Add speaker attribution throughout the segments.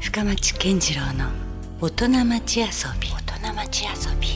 Speaker 1: 深町健次郎の大人町遊び大人町遊び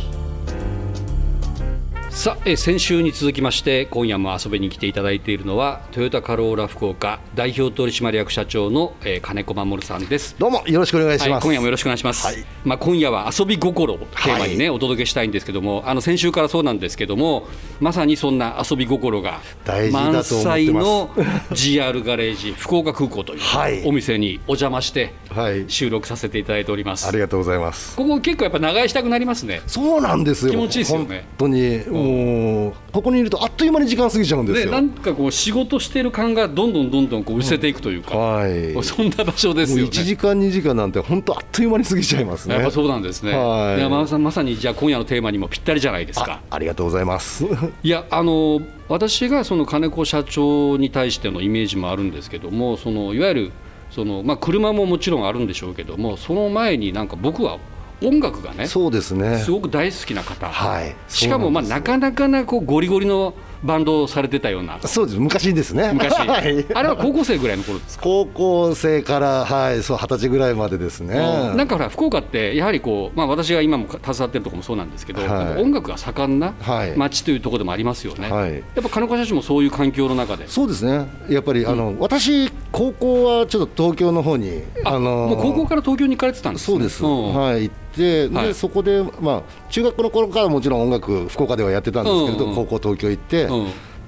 Speaker 2: さあ、えー先週に続きまして今夜も遊びに来ていただいているのはトヨタカローラ福岡代表取締役社長の、えー金子守さんです。
Speaker 3: どうもよろしくお願いし
Speaker 2: はい、
Speaker 3: ます。
Speaker 2: 今夜もよろしくお願いします。
Speaker 3: はい
Speaker 2: まあ今夜は遊び心をテーマにね、お届けしたいんですけども、あの先週からそうなんですけども、まさにそんな遊び心が
Speaker 3: 大事
Speaker 2: 満
Speaker 3: だと思って
Speaker 2: 載
Speaker 3: ます
Speaker 2: の GR ガレージ福岡空港とい
Speaker 3: はいう
Speaker 2: お店にお邪魔して
Speaker 3: はい
Speaker 2: 収録させていただいております。
Speaker 3: ありがとうございます。
Speaker 2: ここ結構やっぱ長居したくなりますね。
Speaker 3: そうなんですよ。
Speaker 2: 気持ちいいですよね
Speaker 3: 本当に、もうここにいるとあっという間に時間過ぎちゃうんで
Speaker 2: です
Speaker 3: よ。
Speaker 2: なんかこう仕事してる感がどんどんどんどんこう失せていくというか、
Speaker 3: はい。もう
Speaker 2: そんな場所ですよね。
Speaker 3: 一時間二時間なんて本当あっという間に過ぎちゃいますね。
Speaker 2: やっぱそうなんですね。
Speaker 3: はい
Speaker 2: いやまさまさにじゃあ今夜のテーマにもぴったりじゃないですか
Speaker 3: あ。ありがとうございます。
Speaker 2: いやあの私がその金子社長に対してのイメージもあるんですけどもそのいわゆるその、まあ、車ももちろんあるんでしょうけどもその前になんか僕は音楽がねす
Speaker 3: そうですね。
Speaker 2: ごく大好きな方、
Speaker 3: はい
Speaker 2: しかもまあなかなかなこうゴリゴリのバンドをされてたような
Speaker 3: そうです。昔ですね。
Speaker 2: 昔
Speaker 3: はい
Speaker 2: あれは高校生ぐらいの頃です
Speaker 3: 高校生からはい、そう二十歳ぐらいまでですね。
Speaker 2: なんかほら福岡ってやはりこう、まあ、私が今も携わってるところもそうなんですけど、
Speaker 3: はい
Speaker 2: なんか音楽が盛んな
Speaker 3: はい
Speaker 2: 街というところでもありますよね、
Speaker 3: はい
Speaker 2: やっぱ金子社長もそういう環境の中で
Speaker 3: そうですね。やっぱり、あの私高校はちょっと東京の方に
Speaker 2: あ
Speaker 3: の
Speaker 2: もう高校から東京に行かれてたんです、ね、
Speaker 3: そうです、
Speaker 2: ん
Speaker 3: はい、行って、
Speaker 2: はい
Speaker 3: でそこで、まあ、中学の頃からもちろん音楽、福岡ではやってたんですけれど、
Speaker 2: うんうん
Speaker 3: 高校、東京行って、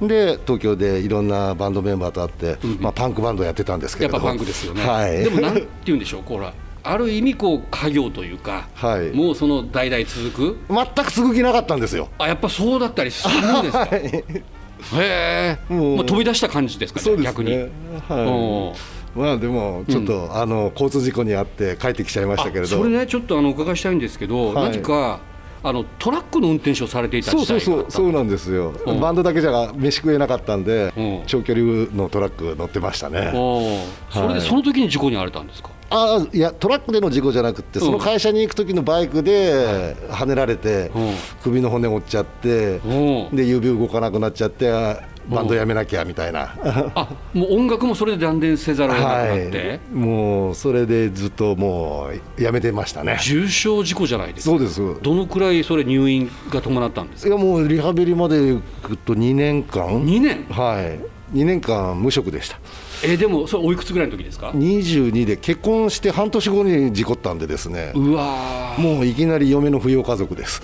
Speaker 3: で東京でいろんなバンドメンバーと会って、
Speaker 2: うん
Speaker 3: まあ、パンクバンドやってたんですけ
Speaker 2: や
Speaker 3: れ
Speaker 2: っ
Speaker 3: ど
Speaker 2: ぱパンクですよね、
Speaker 3: はい、
Speaker 2: でもなんて言うんでしょうこうほらある意味こう家業というか、
Speaker 3: はい
Speaker 2: もうその代々続く
Speaker 3: 全く続きなかったんですよ。
Speaker 2: あやっぱそうだったりするんですか、へえ
Speaker 3: も
Speaker 2: も
Speaker 3: う
Speaker 2: う飛び出した感じですかね逆に、
Speaker 3: は
Speaker 2: うん
Speaker 3: い、まあでもちょっと、あの交通事故に遭って帰ってきちゃいましたけれど
Speaker 2: あそれねちょっとあのお伺いしたいんですけど、
Speaker 3: はい
Speaker 2: 何かあのトラックの運転手をされていた
Speaker 3: そう
Speaker 2: 時代が
Speaker 3: そ
Speaker 2: あ
Speaker 3: う
Speaker 2: った
Speaker 3: そうそうなんですよ、
Speaker 2: うん
Speaker 3: バンドだけじゃ飯食えなかったんで、
Speaker 2: うん
Speaker 3: 長距離のトラック乗ってましたね。
Speaker 2: おーそれ
Speaker 3: は
Speaker 2: で
Speaker 3: い
Speaker 2: その時に事故に遭われたんですか、
Speaker 3: あいやトラックでの事故じゃなくて、
Speaker 2: うん
Speaker 3: その会社に行く時のバイクで跳ねられて、
Speaker 2: うん
Speaker 3: 首の骨折っちゃって、
Speaker 2: うん
Speaker 3: で指動かなくなっちゃってあバンドやめなきゃみたいな、
Speaker 2: あもう音楽もそれで断念せざるを得なくなって、
Speaker 3: はいもうそれでずっともうやめてましたね
Speaker 2: 重傷事故じゃないですか
Speaker 3: そうですい
Speaker 2: どのくらいそれ入院が伴ったんですか
Speaker 3: やもうリハビリまで行くと2年間
Speaker 2: 2年
Speaker 3: はい2年間無職でした
Speaker 2: えーでもそれおいくつぐらいの時ですか
Speaker 3: 22で結婚して半年後に事故ったんでですね
Speaker 2: うわー
Speaker 3: もういきなり嫁の扶養家族です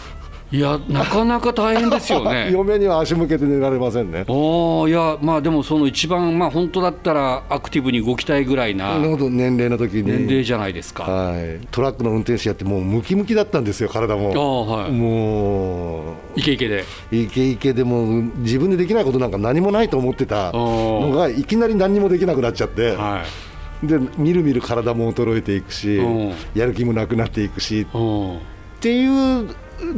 Speaker 2: いやなかなか大変ですよ ね
Speaker 3: 嫁には足向けて寝られませんね
Speaker 2: おーいやまあでもその一番まあ本当だったらアクティブに動きたいぐらいな
Speaker 3: なるほど年齢の時に
Speaker 2: 年齢じゃないですか、あ
Speaker 3: はい、トラックの運転手やってもうムキムキだったんですよ体
Speaker 2: あ
Speaker 3: も
Speaker 2: はい
Speaker 3: もう
Speaker 2: イケイケで
Speaker 3: イケイケでもう自分でできないことなんか何もないと思ってたのがいきなり何にもできなくなっちゃって、
Speaker 2: はい
Speaker 3: でみるみる体も衰えていくし
Speaker 2: うん
Speaker 3: やる気もなくなっていくしっ
Speaker 2: うん
Speaker 3: ていう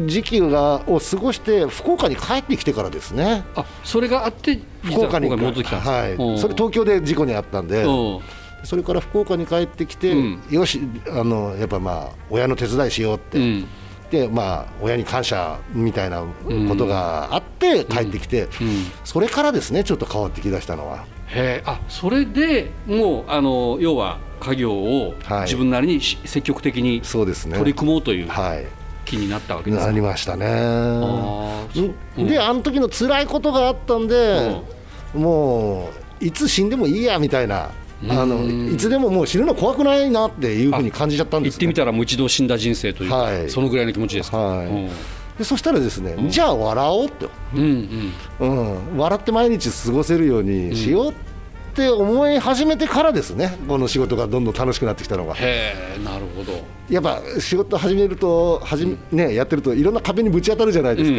Speaker 3: 時期がを過ごして福岡に帰ってきてからですね
Speaker 2: あそれがあって
Speaker 3: 福岡に
Speaker 2: 実は戻ってきたんですか
Speaker 3: はい
Speaker 2: うん
Speaker 3: それ東京で事故に遭ったんで
Speaker 2: うん
Speaker 3: それから福岡に帰ってきて、
Speaker 2: うん
Speaker 3: よしあのやっぱまあ親の手伝いしようって、
Speaker 2: うん
Speaker 3: でまあ親に感謝みたいなことがあって帰ってきて、
Speaker 2: うん
Speaker 3: それからですねちょっと変わってきだしたのは
Speaker 2: へえあそれでもうあの要は家業を
Speaker 3: はい
Speaker 2: 自分なりにし積極的に
Speaker 3: そうですね
Speaker 2: 取り組もうという
Speaker 3: はい
Speaker 2: 気になったわけです
Speaker 3: な
Speaker 2: か
Speaker 3: りましたね
Speaker 2: あーそう
Speaker 3: であの時の辛いことがあったんで、もういつ死んでもいいやみたいなあのいつでももう死ぬの怖くないなっていうふうに感じちゃったんで
Speaker 2: 行っ
Speaker 3: す、
Speaker 2: て
Speaker 3: ね
Speaker 2: み、たらもう一度死んだ人生というか、
Speaker 3: はい
Speaker 2: そのぐらいの気持ちですか、
Speaker 3: はい
Speaker 2: うん
Speaker 3: でそしたらですね、じゃあ笑おうと。
Speaker 2: うんうん
Speaker 3: うん、笑って毎日過ごせるようにしようって思い始めてからですね、この仕事がどんどん楽しくなってきたのが、
Speaker 2: へえなるほど
Speaker 3: やっぱ仕事始めると、始めね、やってると、いろんな壁にぶち当たるじゃないです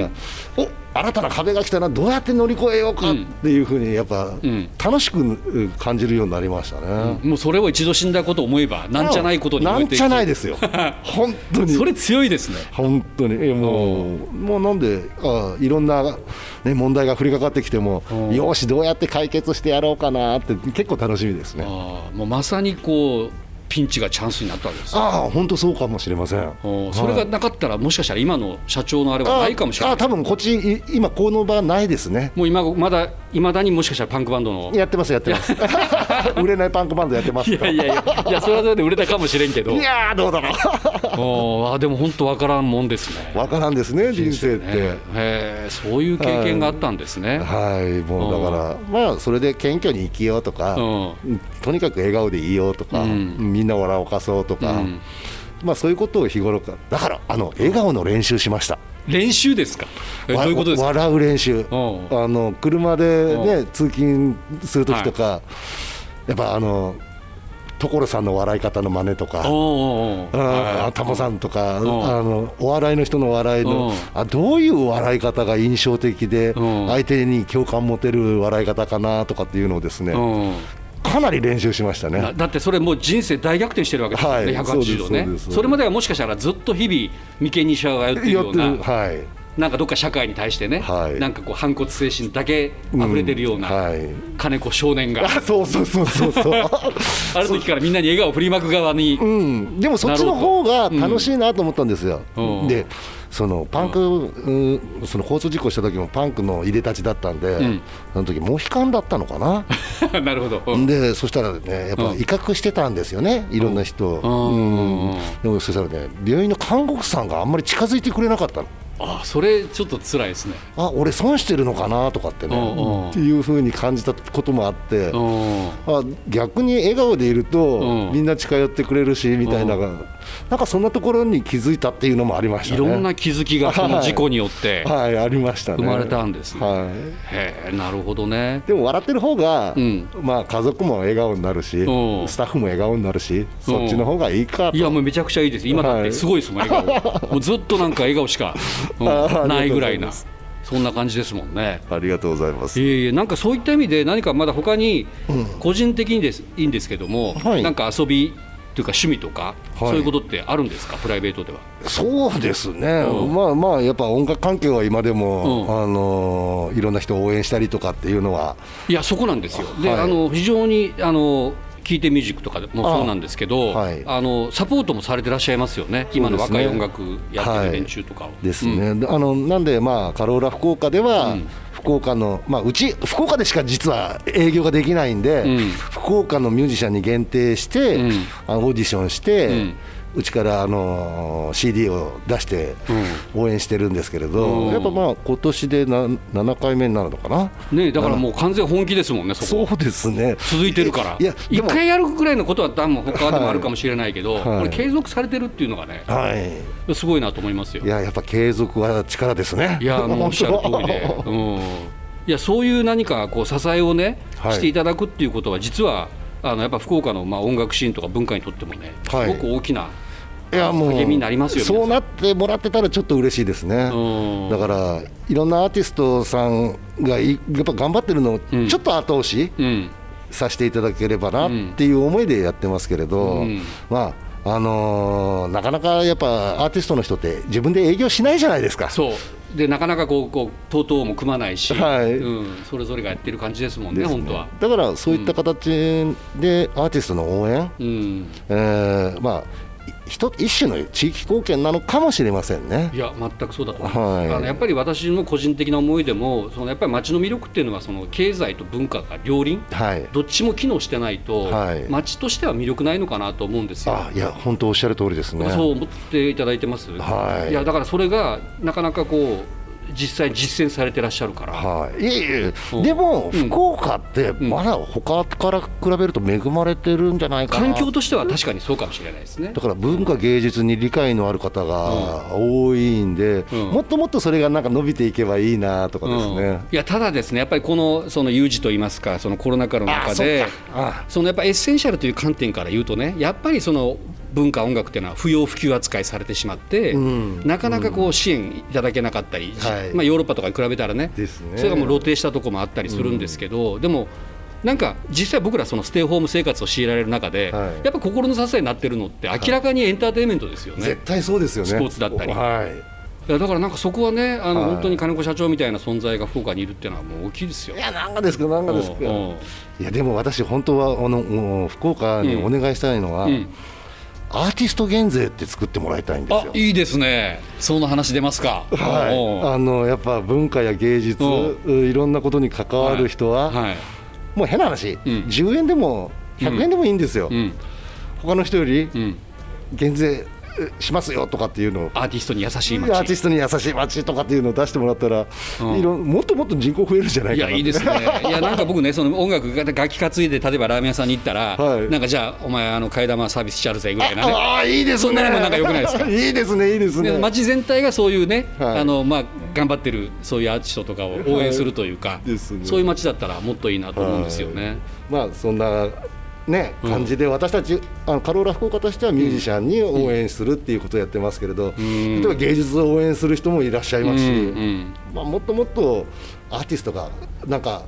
Speaker 3: か、お新たな壁が来たな、どうやって乗り越えようかっていうふうに、やっぱ、
Speaker 2: ん
Speaker 3: 楽しくうん感じるようになりましたね。
Speaker 2: もうそれを一度死んだことを思えばなんじゃないことに
Speaker 3: な
Speaker 2: 燃え
Speaker 3: ん
Speaker 2: て
Speaker 3: じゃない
Speaker 2: で
Speaker 3: ですよ、本当に。
Speaker 2: それ強いですね
Speaker 3: 本当にえもうもうなんであいろんな、ね、問題が降りかかってきても
Speaker 2: うん
Speaker 3: よしどうやって解決してやろうかなって結構楽しみですね
Speaker 2: ああもうまさにこうピンチがチャンスになったわけですよ
Speaker 3: ああ本当そうかもしれませんあ
Speaker 2: おそれがなかったらもしかしたら今の社長のあれはないかもしれ
Speaker 3: あ
Speaker 2: な
Speaker 3: あ
Speaker 2: い
Speaker 3: 多分こっちい今この場ないですね
Speaker 2: もう今まだいまだにもしかしたらパンクバンドの
Speaker 3: やってますやってます 売れないパンクバンドやってます
Speaker 2: いやいやいやいやそれはそれで売れたかもしれんけど
Speaker 3: いやーどうだろ
Speaker 2: おーあでも本当わからんもんですね
Speaker 3: うわからんですね人生って、
Speaker 2: ねへえそういう経験があったんですね、
Speaker 3: はいもうだから、まあそれで謙虚に生きようとか、
Speaker 2: う
Speaker 3: とにかく笑顔でいようとか、
Speaker 2: うん
Speaker 3: みんな笑をかそうとか、
Speaker 2: うん
Speaker 3: まあそういうことを日頃からだからあの笑顔の練習しました
Speaker 2: 練習ですかえどういうことですか
Speaker 3: わ笑う練習あ
Speaker 2: おう
Speaker 3: の車で、
Speaker 2: お
Speaker 3: ね、通勤する時とか、やっぱあの所さんの笑い方の真似とか
Speaker 2: おうおうおう
Speaker 3: あ
Speaker 2: は
Speaker 3: ー
Speaker 2: い
Speaker 3: タモさんとかあ
Speaker 2: うん
Speaker 3: のお笑いの人の笑い
Speaker 2: うん
Speaker 3: のあどういう笑い方が印象的で
Speaker 2: うん
Speaker 3: 相手に共感持てる笑い方かなとかっていうのをですね
Speaker 2: うん
Speaker 3: かなり練習しました
Speaker 2: だ
Speaker 3: ね
Speaker 2: だってそれもう人生大逆転してるわけですよね、
Speaker 3: はい
Speaker 2: 180度ね
Speaker 3: そうですそうで
Speaker 2: そ
Speaker 3: す
Speaker 2: れまではもしかしたらずっと日々眉間にしわが寄ってる
Speaker 3: や
Speaker 2: よ
Speaker 3: っ
Speaker 2: う
Speaker 3: て
Speaker 2: な
Speaker 3: るはい
Speaker 2: なんかどっか社会に対してね、
Speaker 3: はい
Speaker 2: なんかこう反骨精神だけ溢れてるような、
Speaker 3: んはい
Speaker 2: 金子少年 が
Speaker 3: あそうそうそうそうそう
Speaker 2: ある時からみんなに笑顔を振りまく側に、
Speaker 3: うんでもそっちの方が楽しいなと思ったんですよ
Speaker 2: うん
Speaker 3: でそのパンク、うんその交通事故した時もパンクの入れ立ちだったんで、
Speaker 2: ん
Speaker 3: その時モヒカンだったのかな
Speaker 2: なるほど、うん
Speaker 3: でそしたらねやっぱ威嚇してたんですよね、いろんな人を、
Speaker 2: うん
Speaker 3: うんでもそしたらね病院の看護婦さんがあんまり近づいてくれなかったの
Speaker 2: あそれちょっと辛いですね。
Speaker 3: あ俺損してるのかなとかって
Speaker 2: うんうん
Speaker 3: ねっていうふうに感じたこともあって
Speaker 2: うん
Speaker 3: あ逆に笑顔でいる
Speaker 2: う
Speaker 3: と
Speaker 2: ん
Speaker 3: みんな近寄ってくれるしみたいな
Speaker 2: う
Speaker 3: なんかそんなところに気づいたっていうのもありました
Speaker 2: い
Speaker 3: ね
Speaker 2: ろんな気づきがこの事故によって
Speaker 3: はいありましたね
Speaker 2: 生まれたんですね。
Speaker 3: はい
Speaker 2: へえなるほどね。
Speaker 3: でも笑ってる方が、
Speaker 2: うん
Speaker 3: まあ家族も笑顔になるし、
Speaker 2: うん
Speaker 3: スタッフも笑顔になるし、そっちの方がいいかと
Speaker 2: いやもうめちゃくちゃいいです今だってすごいですもん、笑顔もうずっとなんか笑顔しか、うん
Speaker 3: あー
Speaker 2: ないぐらい
Speaker 3: ありがとうございま
Speaker 2: な
Speaker 3: す
Speaker 2: そんな感じですもんね。
Speaker 3: ありがとうございます
Speaker 2: いえいえなんかそういった意味で何かまだ他に個人的にです、いいんですけども、
Speaker 3: はい
Speaker 2: なんか遊びというか趣味とか、
Speaker 3: はい
Speaker 2: そういうことってあるんですかプライベートでは。
Speaker 3: そうですね、
Speaker 2: うん
Speaker 3: まあまあ、やっぱ音楽関係は今でも、
Speaker 2: うん
Speaker 3: あのーいろんな人を応援したりとかっていうのは、
Speaker 2: いやそこなんですよ。で、
Speaker 3: はい
Speaker 2: あの非常にあの聞いてミュージックとかでもそうなんですけど、あ,、
Speaker 3: あはい
Speaker 2: のサポートもされてらっしゃいますよね。今の
Speaker 3: そうです
Speaker 2: 若い音
Speaker 3: ね
Speaker 2: 楽やってる連中とかを。
Speaker 3: ですね、であのなんで、まあ、カローラ福岡では、
Speaker 2: うん
Speaker 3: 福岡の、まあ、うち、福岡でしか実は営業ができないんで、
Speaker 2: うん
Speaker 3: 福岡のミュージシャンに限定して、
Speaker 2: うん
Speaker 3: あのオーディションして、
Speaker 2: う
Speaker 3: うんちから、あのー CD を出して応援してるんですけれど、
Speaker 2: うん
Speaker 3: やっぱまあ今年でな7回目になるのかな。
Speaker 2: うんねだからもう完全本気ですもんねそこ。
Speaker 3: そうですね
Speaker 2: 続いてるから
Speaker 3: いやで
Speaker 2: 一
Speaker 3: も
Speaker 2: 回やるぐらいのことは多分他でもあるかもしれないけど、
Speaker 3: い
Speaker 2: これ継続されてるっていうのがね
Speaker 3: はい
Speaker 2: すごいなと思いますよ
Speaker 3: いや、やっぱ継続は力ですね。
Speaker 2: いや もうおっしゃる通りで、うん、いやそういう何かこう支えをね、
Speaker 3: はい
Speaker 2: していただくっていうことは実はあのやっぱ福岡のまあ音楽シーンとか文化にとってもね、
Speaker 3: はい
Speaker 2: すごく大きな、
Speaker 3: いや、もう。
Speaker 2: 励みになりますよ皆さん
Speaker 3: そうなってもらってたら、ちょっと嬉しいですね。
Speaker 2: うん
Speaker 3: だから、いろんなアーティストさんがい、やっぱ頑張ってるのを、
Speaker 2: うん
Speaker 3: ちょっと後押し
Speaker 2: うん、
Speaker 3: させていただければなっていう思いでやってますけれど。
Speaker 2: うん
Speaker 3: まあ。あのーなかなかやっぱアーティストの人って自分で営業しないじゃないですか。
Speaker 2: そうでなかなかこうこう TOTO も組まないし、
Speaker 3: はい
Speaker 2: うん、それぞれがやってる感じですもんね
Speaker 3: ですね
Speaker 2: 本当は、
Speaker 3: だからそういった形でアーティストの応援、
Speaker 2: うん、
Speaker 3: えーまあ一一種の地域貢献なのかもしれませんね
Speaker 2: い。や全くそうだと思い
Speaker 3: は
Speaker 2: ます、
Speaker 3: い
Speaker 2: あのやっぱり私の個人的な思いでもそのやっぱり街の魅力っていうのはその経済と文化が両輪
Speaker 3: はい。
Speaker 2: どっちも機能してないと、
Speaker 3: はい
Speaker 2: 街としては魅力ないのかなと思うんですよ。
Speaker 3: あいや本当おっしゃる通りですね。
Speaker 2: そう思っていただいてます、
Speaker 3: はい
Speaker 2: やだからそれがなかなかこう実際実践されてらっしゃるから、
Speaker 3: はい。いえい
Speaker 2: うん
Speaker 3: えでも
Speaker 2: うん
Speaker 3: 福岡って
Speaker 2: ん
Speaker 3: まだ他から比べると恵まれてるんじゃないかな。
Speaker 2: 環境としては確かにそうかもしれないですね
Speaker 3: だ。から文化芸術に理解のある方が多いんで、
Speaker 2: うん
Speaker 3: もっともっとそれがなんか伸びていけばいいなとかです
Speaker 2: うん
Speaker 3: ね。
Speaker 2: いやただですねやっぱりこのその有事といいますかそのコロナ禍の中で
Speaker 3: あそっかあ
Speaker 2: そのやっぱエッセンシャルという観点から言うとねやっぱりその文化音楽っていうのは不要不急扱いされてしまって、
Speaker 3: ん
Speaker 2: なかなかこう支援いただけなかったり、
Speaker 3: はい
Speaker 2: まあ、ヨーロッパとかに比べたらね
Speaker 3: ですね
Speaker 2: それがもう露呈したとこもあったりするんですけど、でもなんか実際僕らそのステイホーム生活を強いられる中で、
Speaker 3: はい
Speaker 2: やっぱ心の支えになってるのって明らかにエンターテインメントですよね。
Speaker 3: 絶対そうですよね。
Speaker 2: スポーツだったり
Speaker 3: はい。
Speaker 2: いやだからなんかそこはねあの、
Speaker 3: はい
Speaker 2: 本当に金子社長みたいな存在が福岡にいるっていうのはもう大きいですよ
Speaker 3: い。やなんかですかなんかですか
Speaker 2: うんうん
Speaker 3: いやでも私本当はあのもう福岡にお願いしたいのは、
Speaker 2: うん
Speaker 3: アーティスト減税って作ってもらいたいんです
Speaker 4: あ
Speaker 3: よ
Speaker 4: いいですねその話出ますか
Speaker 3: はい、
Speaker 4: おう
Speaker 3: あのやっぱ文化や芸術
Speaker 2: う
Speaker 3: いろんなことに関わる人は、
Speaker 2: はい
Speaker 3: もう変な話、
Speaker 2: ん
Speaker 3: 10円でも100円でもいいんですよ、
Speaker 2: うん
Speaker 3: 他の人より
Speaker 2: うん、
Speaker 3: 減税えしますよとかっていうのを
Speaker 2: アーティストに優しい
Speaker 3: ア
Speaker 2: 街
Speaker 3: ーティストに優しい街とかっていうのを出してもらったら、いろもっともっと人口増えるんじゃない
Speaker 2: い
Speaker 3: かな
Speaker 2: やいいですね、いやなんか僕ね、その音楽が楽器担いで、例えばラーメン屋さんに行ったら、
Speaker 3: はい
Speaker 2: なんかじゃあ、お前、あの替え玉サービスしちゃるぜぐらいなね、
Speaker 3: ああいいですね
Speaker 2: そんなのもなんか良くないですか
Speaker 3: いいですねいいですね
Speaker 2: で街全体がそういうね、
Speaker 3: はい
Speaker 2: あのまあ、頑張ってるそういうアーティストとかを応援するというか、
Speaker 3: いですね
Speaker 2: そういう街だったらもっといいなと思うんですよね。
Speaker 3: まあそんなね感じで私たち、あのカローラ福岡としてはミュージシャンに応援するっていうことをやってますけれど、例えば芸術を応援する人もいらっしゃいますし、
Speaker 2: うんうん
Speaker 3: まあ、もっともっとアーティストがなんか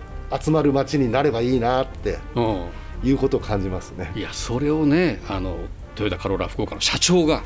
Speaker 3: 集まる街になればいいなって
Speaker 2: うん
Speaker 3: いうことを感じますね。
Speaker 2: いやそれをねあのトヨタカローラ福岡の社長が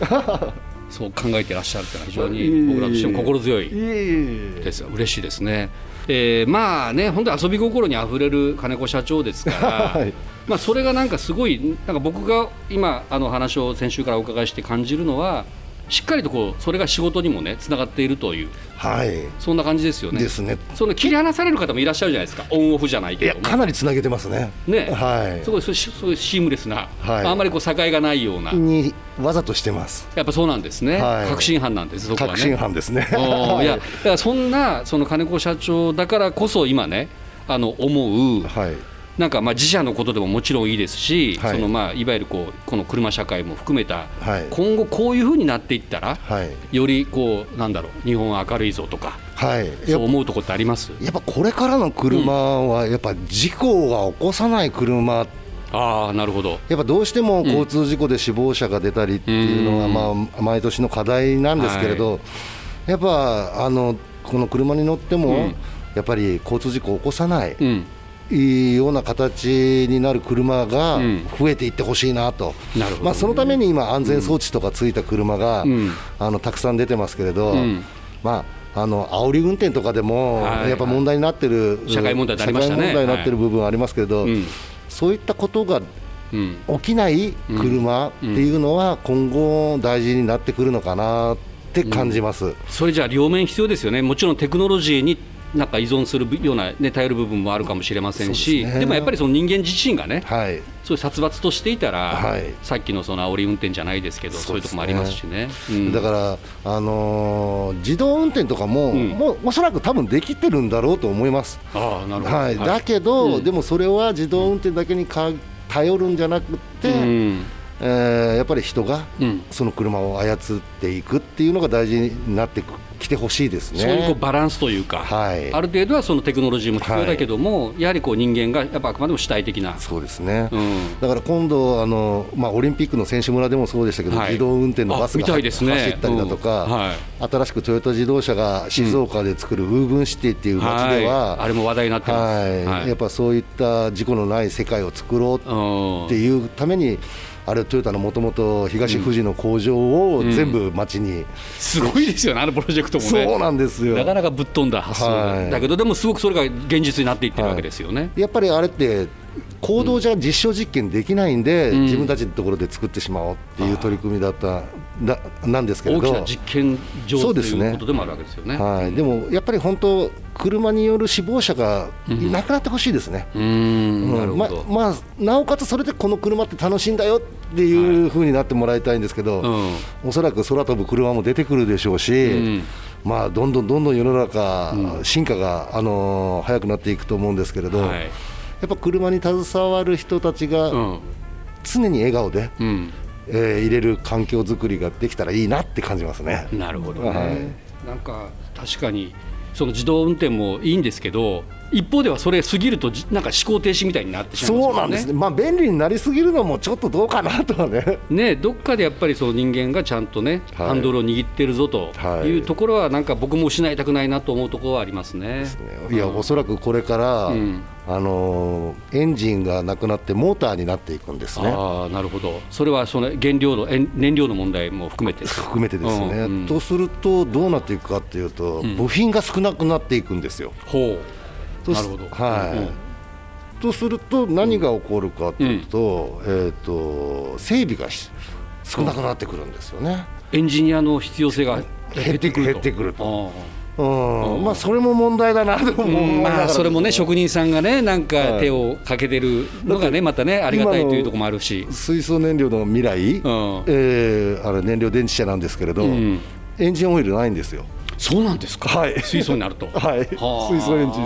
Speaker 2: そう考えてらっしゃるってのは非常に僕らとしても心強いですよ嬉しいですね。えーまあね本当遊び心にあふれる金子社長ですから、
Speaker 3: はい
Speaker 2: まあ、それがなんかすごいなんか僕が今あの話を先週からお伺いして感じるのはしっかりとこうそれが仕事にもねつながっているという
Speaker 3: はい、
Speaker 2: そんな感じですよね。
Speaker 3: ですね。
Speaker 2: その切り離される方もいらっしゃるじゃないですかオンオフじゃない
Speaker 3: い
Speaker 2: け
Speaker 3: や
Speaker 2: ども
Speaker 3: かなりつなげてますね。
Speaker 2: ね
Speaker 3: はい
Speaker 2: すごいそうそういうシームレスな、
Speaker 3: はい
Speaker 2: あんまりこう境がないような、
Speaker 3: にわざとしてます。
Speaker 2: やっぱそうなんですね、
Speaker 3: はい
Speaker 2: 確信犯なんです、そこはね。
Speaker 3: 確信犯ですね。
Speaker 2: おーいや、だからそんなその金子社長だからこそ、今ね、あの思う、
Speaker 3: はい。
Speaker 2: なんかまあ自社のことでももちろんいいですし、
Speaker 3: はい
Speaker 2: い、そのまあいわゆるこうこの車社会も含めた、
Speaker 3: はい
Speaker 2: 今後、こういうふうになっていったら、
Speaker 3: はい。
Speaker 2: よりこう、なんだろう、日本は明るいぞとか、
Speaker 3: はい。やっ
Speaker 2: そう思うとこってあります
Speaker 3: やっぱこれからの車はやっぱ事故が起こさない車
Speaker 2: ああ、なるほど。
Speaker 3: やっぱどうしても交通事故で死亡者が出たりっていうのがまあ毎年の課題なんですけれど、やっぱあのこの車に乗っても、
Speaker 2: うん
Speaker 3: やっぱり交通事故を起こさない、
Speaker 2: うん、
Speaker 3: いいような形になる車が
Speaker 2: うん
Speaker 3: 増えていってほしいなと、
Speaker 2: なるほどね
Speaker 3: まあ、そのために今、安全装置とかついた車が、
Speaker 2: うん
Speaker 3: あのたくさん出てますけれど、
Speaker 2: うん
Speaker 3: まあ、あの煽り運転とかでも、
Speaker 2: はい
Speaker 3: やっぱ問題になってる、
Speaker 2: 社会問題になりましたね
Speaker 3: 社会問題になってる部分はありますけれど、
Speaker 2: うん
Speaker 3: そういったことが
Speaker 2: うん
Speaker 3: 起きない車っていうのは、今後、大事になってくるのかなって感じます。
Speaker 2: それじゃあ両面必要ですよね、もちろんテクノロジーになんか依存するような、ね、頼る部分もあるかもしれませんし、
Speaker 3: そうで
Speaker 2: です
Speaker 3: ね
Speaker 2: もやっぱりその人間自身がね、
Speaker 3: はい
Speaker 2: そういう殺伐としていたら、
Speaker 3: はい
Speaker 2: さっきのその煽り運転じゃないですけど、そう,、
Speaker 3: そう
Speaker 2: いう
Speaker 3: で
Speaker 2: と
Speaker 3: す
Speaker 2: こ
Speaker 3: ね
Speaker 2: もありますしね。うん
Speaker 3: だから、あのー自動運転とかも、
Speaker 2: ん
Speaker 3: もうおそらく多分できてるんだろうと思います。
Speaker 2: ああなるほど、
Speaker 3: はい、だけど、でもそれは自動運転だけにか頼るんじゃなくて、
Speaker 2: うん
Speaker 3: えーやっぱり人が
Speaker 2: うん
Speaker 3: その車を操っていくっていうのが大事になってくきてほしいですね。
Speaker 2: そういうこうバランスというか、
Speaker 3: はい
Speaker 2: ある程度はそのテクノロジーも必要だけども、やはりこう人間がやっぱあくまでも主体的な、
Speaker 3: そうですね、
Speaker 2: うん
Speaker 3: だから今度あの、まあ、オリンピックの選手村でもそうでしたけど、
Speaker 2: はい
Speaker 3: 自動運転のバ
Speaker 2: あ
Speaker 3: スが
Speaker 2: みた
Speaker 3: 走
Speaker 2: いですね
Speaker 3: ったりだとか、
Speaker 2: うんはい
Speaker 3: 新しくトヨタ自動車が静岡で作るウーブンシティっていう街では、
Speaker 2: はいあれも話題になってます
Speaker 3: はい
Speaker 2: はい
Speaker 3: やっぱそういった事故のない世界を作ろうって
Speaker 2: うん
Speaker 3: っていうために、あれ、トヨタのもともと東富士の工場を全部町に、
Speaker 2: すごいですよね、あのプロジェクトもね。
Speaker 3: そうなんですよ
Speaker 2: な、かなかぶっ飛んだ発想、
Speaker 3: はい
Speaker 2: だけど、でもすごくそれが現実になっていってるわけですよね。
Speaker 3: やっぱりあれって、行動じゃ実証実験できないんで、
Speaker 2: ん
Speaker 3: 自分たちのところで作ってしまおうっていう取り組みだったななんですけれ
Speaker 2: 大き
Speaker 3: ど
Speaker 2: な。実験場
Speaker 3: そう
Speaker 2: と
Speaker 3: ですね
Speaker 2: いうことでもあるわけですよね。
Speaker 3: はい、でもやっぱり本当、車による死亡者がいなくなってほしいですね、
Speaker 2: うーんなる
Speaker 3: う
Speaker 2: ほ
Speaker 3: んま
Speaker 2: ど、
Speaker 3: まあ、なおかつそれでこの車って楽しいんだよっていうふうになってもらいたいんですけど、
Speaker 2: うん
Speaker 3: おそらく空飛ぶ車も出てくるでしょうし、
Speaker 2: ん
Speaker 3: まあ、どんどんどんどん世の中、進化が、あのー早くなっていくと思うんですけれど、
Speaker 2: はい
Speaker 3: やっぱ車に携わる人たち
Speaker 2: う
Speaker 3: が
Speaker 2: ん
Speaker 3: 常に笑顔で、
Speaker 2: うん、
Speaker 3: えー入れる環境づくりができたらいいなって感じますね。
Speaker 2: なるほどね、
Speaker 3: はい
Speaker 2: なんか確かにその自動運転もいいんですけど一方ではそれ過ぎるとじなんか思考停止みたいになってしまいます
Speaker 3: そ
Speaker 2: よ
Speaker 3: うなんですね、まあ、便利になりすぎるのもちょっとどうかなとはね。
Speaker 2: ね、どっかでやっぱりその人間がちゃんとね、
Speaker 3: はい
Speaker 2: ハンドルを握ってるぞと
Speaker 3: はい
Speaker 2: いうところは、なんか僕も失いたくないなと思うところはありますね。
Speaker 3: いやおそらくこれから、
Speaker 2: ん
Speaker 3: あのーエンジンがなくなってモーターになっていくんですね
Speaker 2: ああなるほどそれはその原料のえん燃料の問題も含めて
Speaker 3: 含めてですね、
Speaker 2: うんうん
Speaker 3: とするとどうなっていくかっていうと、部品が少なくなっていくんですよ
Speaker 2: ほ
Speaker 3: とす
Speaker 2: なるほど
Speaker 3: はい、
Speaker 2: うんうん
Speaker 3: とすると何が起こるかというと,、えー、と整備がし少なくなってくるんですよね、
Speaker 2: うエンジニアの必要性が減
Speaker 3: 減
Speaker 2: っ
Speaker 3: ってて
Speaker 2: く
Speaker 3: く
Speaker 2: る
Speaker 3: る
Speaker 2: と
Speaker 3: と
Speaker 2: あ
Speaker 3: うんまあそれも問題だなと思う、
Speaker 2: ーまあそれもね
Speaker 3: 職
Speaker 2: 職人さんがねなんか手をかけてるのがねまたねありがたいというところもあるし
Speaker 3: 水素燃料の未来、
Speaker 2: ん
Speaker 3: えーあれ燃料電池車なんですけれど、
Speaker 2: ん
Speaker 3: エンジンオイルないんですよ
Speaker 2: そうなんですか、
Speaker 3: はい
Speaker 2: 水素になると
Speaker 3: はい
Speaker 2: はあ
Speaker 3: 水素エンジン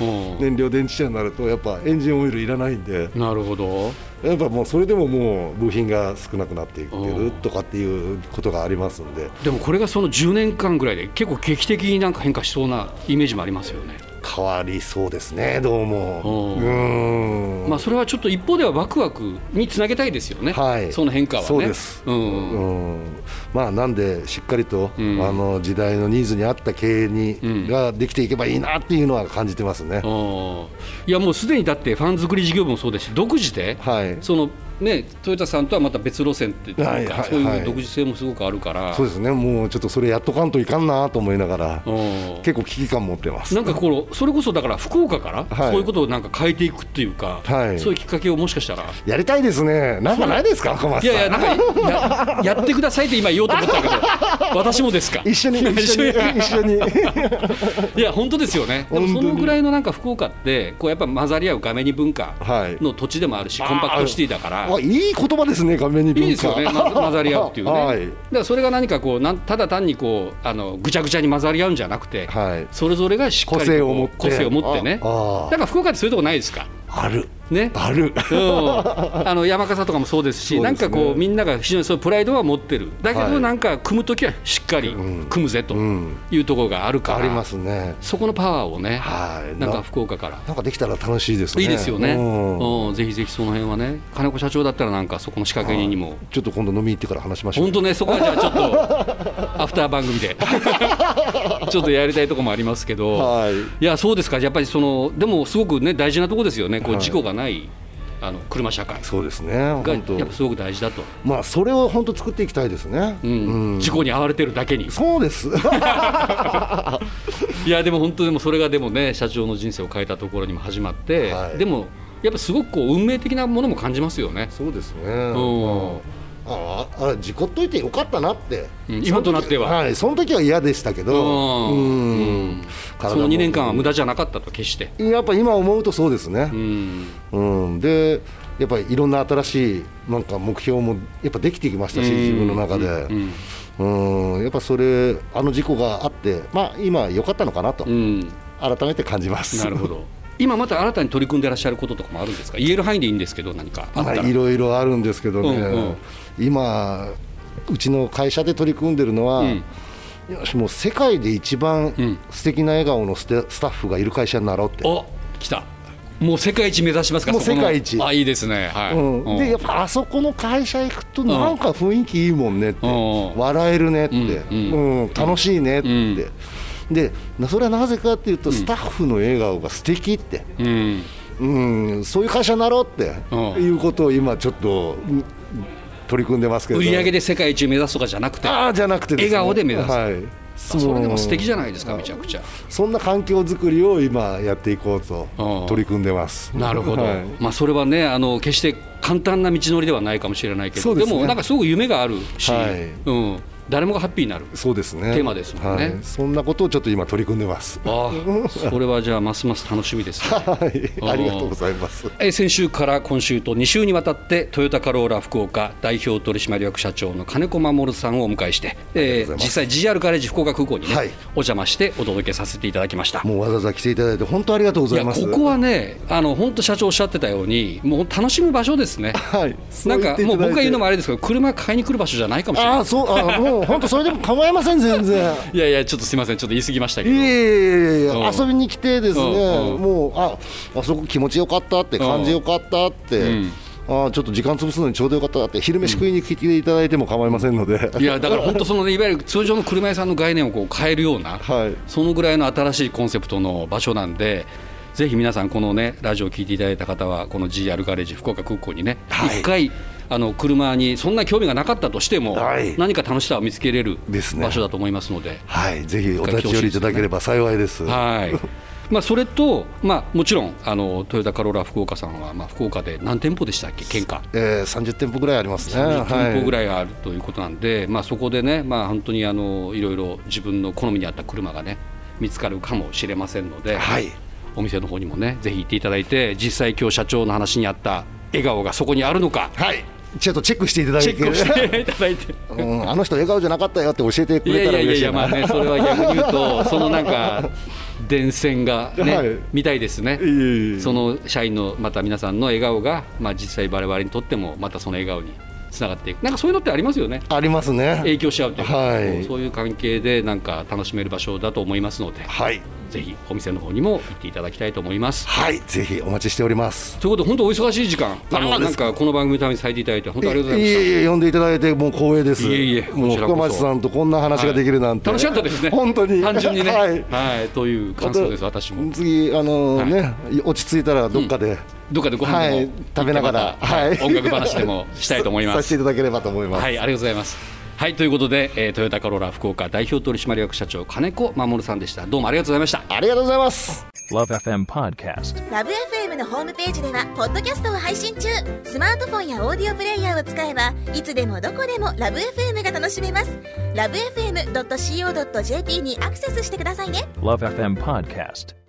Speaker 2: うん
Speaker 3: 燃料電池車になるとやっぱエンジンオイルいらないんで
Speaker 2: なるほど
Speaker 3: やっぱもうそれでももう部品が少なくなっていってるとかっていうことがありますんで
Speaker 2: でもこれがその10年間ぐらいで結構劇的になんか変化しそうなイメージもありますよね、
Speaker 3: 変わりそうですねどうも
Speaker 2: おう
Speaker 3: うーん
Speaker 2: まあ、それはちょっと一方ではワクワクにつなげたいですよね、
Speaker 3: はい
Speaker 2: その変化はね。
Speaker 3: そうです
Speaker 2: うん
Speaker 3: うんまあなんでしっかりと、
Speaker 2: ん
Speaker 3: あの時代のニーズに合った経営に、
Speaker 2: ん
Speaker 3: ができていけばいいなっていうのは感じてますね
Speaker 2: あ。ーいやもうすでにだってファン作り事業部もそうですし独自で、
Speaker 3: はい
Speaker 2: そのね、トヨタさんとはまた別路線っていうか、
Speaker 3: はいはい
Speaker 2: そう
Speaker 3: はいいう
Speaker 2: 独自性もすごくあるから
Speaker 3: そうですねもうちょっとそれやっとかんといかんなと思いながら
Speaker 2: うん
Speaker 3: 結構危機感持ってます。
Speaker 2: なんかこうそれこそだから福岡から、
Speaker 3: はい
Speaker 2: そういうことをなんか変えていくっていうか、
Speaker 3: はい
Speaker 2: そういうきっかけをもしかしたら。
Speaker 3: やりたいですね。なんかないですか、小松
Speaker 2: い
Speaker 3: さん。
Speaker 2: やいや、なんかや やってくださいって今言おうと思 ったけど、私もですか。
Speaker 3: 一緒に一緒に一緒に。
Speaker 2: いや本当ですよね。でもそ
Speaker 3: 本当に
Speaker 2: のぐらいのなんか福岡ってこうやっぱ混ざり合う画面に文化
Speaker 3: はい
Speaker 2: の土地でもあるし、コンパクトシティだから。
Speaker 3: あいい言葉ですね、画面に
Speaker 2: い
Speaker 3: 文
Speaker 2: い
Speaker 3: 化。
Speaker 2: ですよね、ま混ざり合うっていうね、
Speaker 3: はい
Speaker 2: だからそれが何かこうなんただ単にこうあのぐちゃぐちゃに混ざり合うんじゃなくて、
Speaker 3: はい
Speaker 2: それぞれがしっかりと
Speaker 3: 個性を持って
Speaker 2: 個性を持ってね、だ
Speaker 3: あああ
Speaker 2: から福岡ってそういうとこないです か、
Speaker 3: ある
Speaker 2: ね、
Speaker 3: ある。
Speaker 2: うん、あの山笠とかもそうですし、
Speaker 3: そう
Speaker 2: な
Speaker 3: で
Speaker 2: ん
Speaker 3: すね
Speaker 2: かこう、みんなが非常にそういうプライドは持ってる、だけ
Speaker 3: は
Speaker 2: ど、
Speaker 3: い
Speaker 2: なんか組むときはしっかり組むぜと
Speaker 3: ん
Speaker 2: いうところがあるから、
Speaker 3: ありますね。
Speaker 2: そこのパワーをね、
Speaker 3: はい
Speaker 2: なんか
Speaker 3: な
Speaker 2: 福岡から。
Speaker 3: なんかできたら楽しいですね。
Speaker 2: いいですよね、
Speaker 3: うん
Speaker 2: うん、ぜひぜひその辺はね、金子社長だったら、なんかそこの仕掛け人にも、
Speaker 3: ちょっと今度飲み行ってから話しましょう。
Speaker 2: 本当ね、そこはじゃあちょっ と、アフター番組で、ちょっとやりたいところもありますけど、
Speaker 3: はい
Speaker 2: いや、そうですか、やっぱりその、でもすごくね、大事なところですよね、こう
Speaker 3: はい
Speaker 2: 事故がない、あの車社会。
Speaker 3: そうですね。
Speaker 2: が
Speaker 3: 本当
Speaker 2: やっぱすごく大事だと、
Speaker 3: まあそれを本当作っていきたいですね。
Speaker 2: うん事故に遭われてるだけに
Speaker 3: そうです。
Speaker 2: いやでも本当でもそれがでもね社長の人生を変えたところにも始まって、
Speaker 3: はい
Speaker 2: でもやっぱすごくこう運命的なものも感じますよね。
Speaker 3: そうですね。
Speaker 2: うん
Speaker 3: あああ事故っといてよかったなって、
Speaker 2: うん今となっては
Speaker 3: はい、その時は嫌でしたけど、
Speaker 2: う
Speaker 3: うんん
Speaker 2: そ
Speaker 3: 体も
Speaker 2: の2年間は無駄じゃなかったと決して、
Speaker 3: やっぱ今思うとそうですね
Speaker 2: う、ん、
Speaker 3: うんでやっぱりいろんな新しいなんか目標もやっぱできてきましたし、
Speaker 2: うん
Speaker 3: 自分の中で、
Speaker 2: うん
Speaker 3: うんやっぱそれ、あの事故があって、まあ、今、良かったのかなと、
Speaker 2: うん
Speaker 3: 改めて感じます。
Speaker 2: なるほど 今また新たに取り組んでらっしゃることとかもあるんですか言える範囲でいいんですけど何かあっ
Speaker 3: ま
Speaker 2: た
Speaker 3: あ、
Speaker 2: ら、
Speaker 3: いろいろあるんですけどね、
Speaker 2: うんうん
Speaker 3: 今、うちの会社で取り組んでるのは、
Speaker 2: うん
Speaker 3: よしもう世界で一
Speaker 2: うん
Speaker 3: 番素敵な笑顔のステスタッフがいる会社になろうって、
Speaker 2: お来たもう世界一目指しますか
Speaker 3: もう
Speaker 2: そこの
Speaker 3: 世界一
Speaker 2: あいいですねはい、
Speaker 3: うん、
Speaker 2: うん
Speaker 3: でやっぱあそこの会社行くとなんか雰囲気いいもんねって、
Speaker 2: うん
Speaker 3: 笑えるねって、
Speaker 2: う
Speaker 3: うんん楽しいねって、でなそれはなぜかっていうと、スタッフの笑顔が素敵って、
Speaker 2: うん
Speaker 3: うん、そういう会社になろうって、
Speaker 2: うん
Speaker 3: いうことを今ちょっとうん取り組んでますけど
Speaker 2: 売り上げで世界一を目指すとかじゃなくて
Speaker 3: ああじゃなくてですね
Speaker 2: 笑顔で目指す
Speaker 3: はい、
Speaker 2: それでも素敵じゃないですか
Speaker 3: うん
Speaker 2: めちゃくちゃ。
Speaker 3: そんな環境づくりを今やっていこうと
Speaker 2: うん
Speaker 3: 取り組んでます。
Speaker 2: なるほど、
Speaker 3: はい
Speaker 2: まあ、それはねあの決して簡単な道のりではないかもしれないけ
Speaker 3: そ
Speaker 2: ど
Speaker 3: う
Speaker 2: で,、
Speaker 3: ですね
Speaker 2: もなんかすごく夢があるし、
Speaker 3: はい
Speaker 2: うん、誰もがハッピーになる
Speaker 3: そうですね。
Speaker 2: テーマですもんね
Speaker 3: はいそんなことをちょっと今取り組んでます。
Speaker 2: ああそれはじゃあますます楽しみです、ね、
Speaker 3: はい、ありがとうございます。
Speaker 2: えー先週から今週と2週にわたってトヨタカローラ福岡代表取締役社長の金子守さんをお迎えして、え
Speaker 3: ありがと
Speaker 2: ー
Speaker 3: うございます
Speaker 2: 実際 GR ガレージ福岡空港にね、
Speaker 3: はい
Speaker 2: お邪魔してお届けさせていただきました
Speaker 3: もうわざわざ来ていただいて本当ありがとうご
Speaker 2: い
Speaker 3: ざい
Speaker 2: や
Speaker 3: ます。
Speaker 2: ここはねあの本当社長おっしゃってたようにもう楽しむ場所ですね
Speaker 3: はい、
Speaker 2: なんかもう僕が言うのも
Speaker 3: あ
Speaker 2: あれですけど車買いに来る場所じゃないかもしれない
Speaker 3: ああそうあもう本当それでも構いません全然。
Speaker 2: いやいやちょっとすみませんちょっと言い過ぎました
Speaker 3: い
Speaker 2: け
Speaker 3: え
Speaker 2: ど
Speaker 3: いえいえい
Speaker 2: うん
Speaker 3: え遊びに来てです
Speaker 2: うん
Speaker 3: ね
Speaker 2: うん
Speaker 3: もうああそこ気持ちよかったって感じよかったって
Speaker 2: ん
Speaker 3: あちょっと時間潰すのにちょうどよかったって昼飯食いに来ていただいても構いませんので。
Speaker 2: いやだから本当そのねいわゆる通常の車屋さんの概念をこう変えるような
Speaker 3: はい
Speaker 2: そのぐらいの新しいコンセプトの場所なんでぜひ皆さんこのねラジオを聞いていただいた方はこの GR ガレージ福岡空港にね一、
Speaker 3: はい
Speaker 2: 回あの車にそんな興味がなかったとしても、
Speaker 3: はい
Speaker 2: 何か楽しさを見つけれる
Speaker 3: ですね
Speaker 2: 場所だと思いますので。
Speaker 3: はい、ぜひお立ち寄りいただければ幸いです。
Speaker 2: はい。まあそれと、まあもちろんあのトヨタカローラ福岡さんはまあ福岡で何店舗でしたっけ？県下。
Speaker 3: えー、30店舗ぐらいありますね。
Speaker 2: 10店舗ぐ
Speaker 3: い。
Speaker 2: らいあるということなんで、まあそこでね、まあ本当にあのいろいろ自分の好みに合った車がね見つかるかもしれませんので、
Speaker 3: はい、
Speaker 2: お店の方にもねぜひ行っていただいて、実際今日社長の話にあった笑顔がそこにあるのか。
Speaker 3: はい、ちょっとチェックしていただい
Speaker 2: チ
Speaker 3: て
Speaker 2: ェックをしていただいて
Speaker 3: うん、あの人笑顔じゃなかったよって教えて
Speaker 2: い
Speaker 3: く
Speaker 2: や
Speaker 3: れ
Speaker 2: い
Speaker 3: たら
Speaker 2: やいや
Speaker 3: 嬉
Speaker 2: い
Speaker 3: しい
Speaker 2: やま
Speaker 3: な
Speaker 2: あねそれは逆に言うとそのなんか伝染がね、
Speaker 3: はい
Speaker 2: 見たいですね
Speaker 3: いえいえいえ
Speaker 2: その社員のまた皆さんの笑顔が、まあ、実際我々にとってもまたその笑顔につながっていくなんかそういうのってありますよね
Speaker 3: ありますね。
Speaker 2: 影響し合うというか、
Speaker 3: はい
Speaker 2: そういう関係でなんか楽しめる場所だと思いますので
Speaker 3: はい、
Speaker 2: ぜひお店の方にも行っていただきたいと思います。
Speaker 3: はい、ぜひお待ちしております。
Speaker 2: ということで本当お忙しい時間あの
Speaker 3: あで
Speaker 2: なん
Speaker 3: すか
Speaker 2: かこの番組のために咲いていただいて本当ありがとうございました。
Speaker 3: えいえ、呼んでいただいて、もう光栄です。
Speaker 2: いえいえ
Speaker 3: もう
Speaker 2: こちらこそ
Speaker 3: 深町さんとこんな話ができるなんて。
Speaker 2: 楽しかったですね。
Speaker 3: 本当に。
Speaker 2: 単純にね。は
Speaker 3: はいい、。
Speaker 2: という感想です、私も。
Speaker 3: 次、あのーね、落ち着いたらどっかで。
Speaker 2: どっかでご飯
Speaker 3: は
Speaker 2: でも
Speaker 3: い、食べながら、
Speaker 2: 行ってまたはい音楽話でもしたいと思いま
Speaker 3: さ
Speaker 2: す
Speaker 3: せ。ていただければと思います。
Speaker 2: はい、ありがとうございます。はい、ということで、えー、トヨタカローラ福岡代表取締役社長金子守さんでした。どうもありがとうございました。
Speaker 3: ありがとうございます。
Speaker 5: Love FM Podcast.
Speaker 6: ラブ f m のホームページではポッドキャストを配信中スマートフォンやオーディオプレイヤーを使えばいつでもどこでもラブ f m が楽しめますラブ FM.co.jp にアクセスしてくださいね
Speaker 5: Love FM Podcast.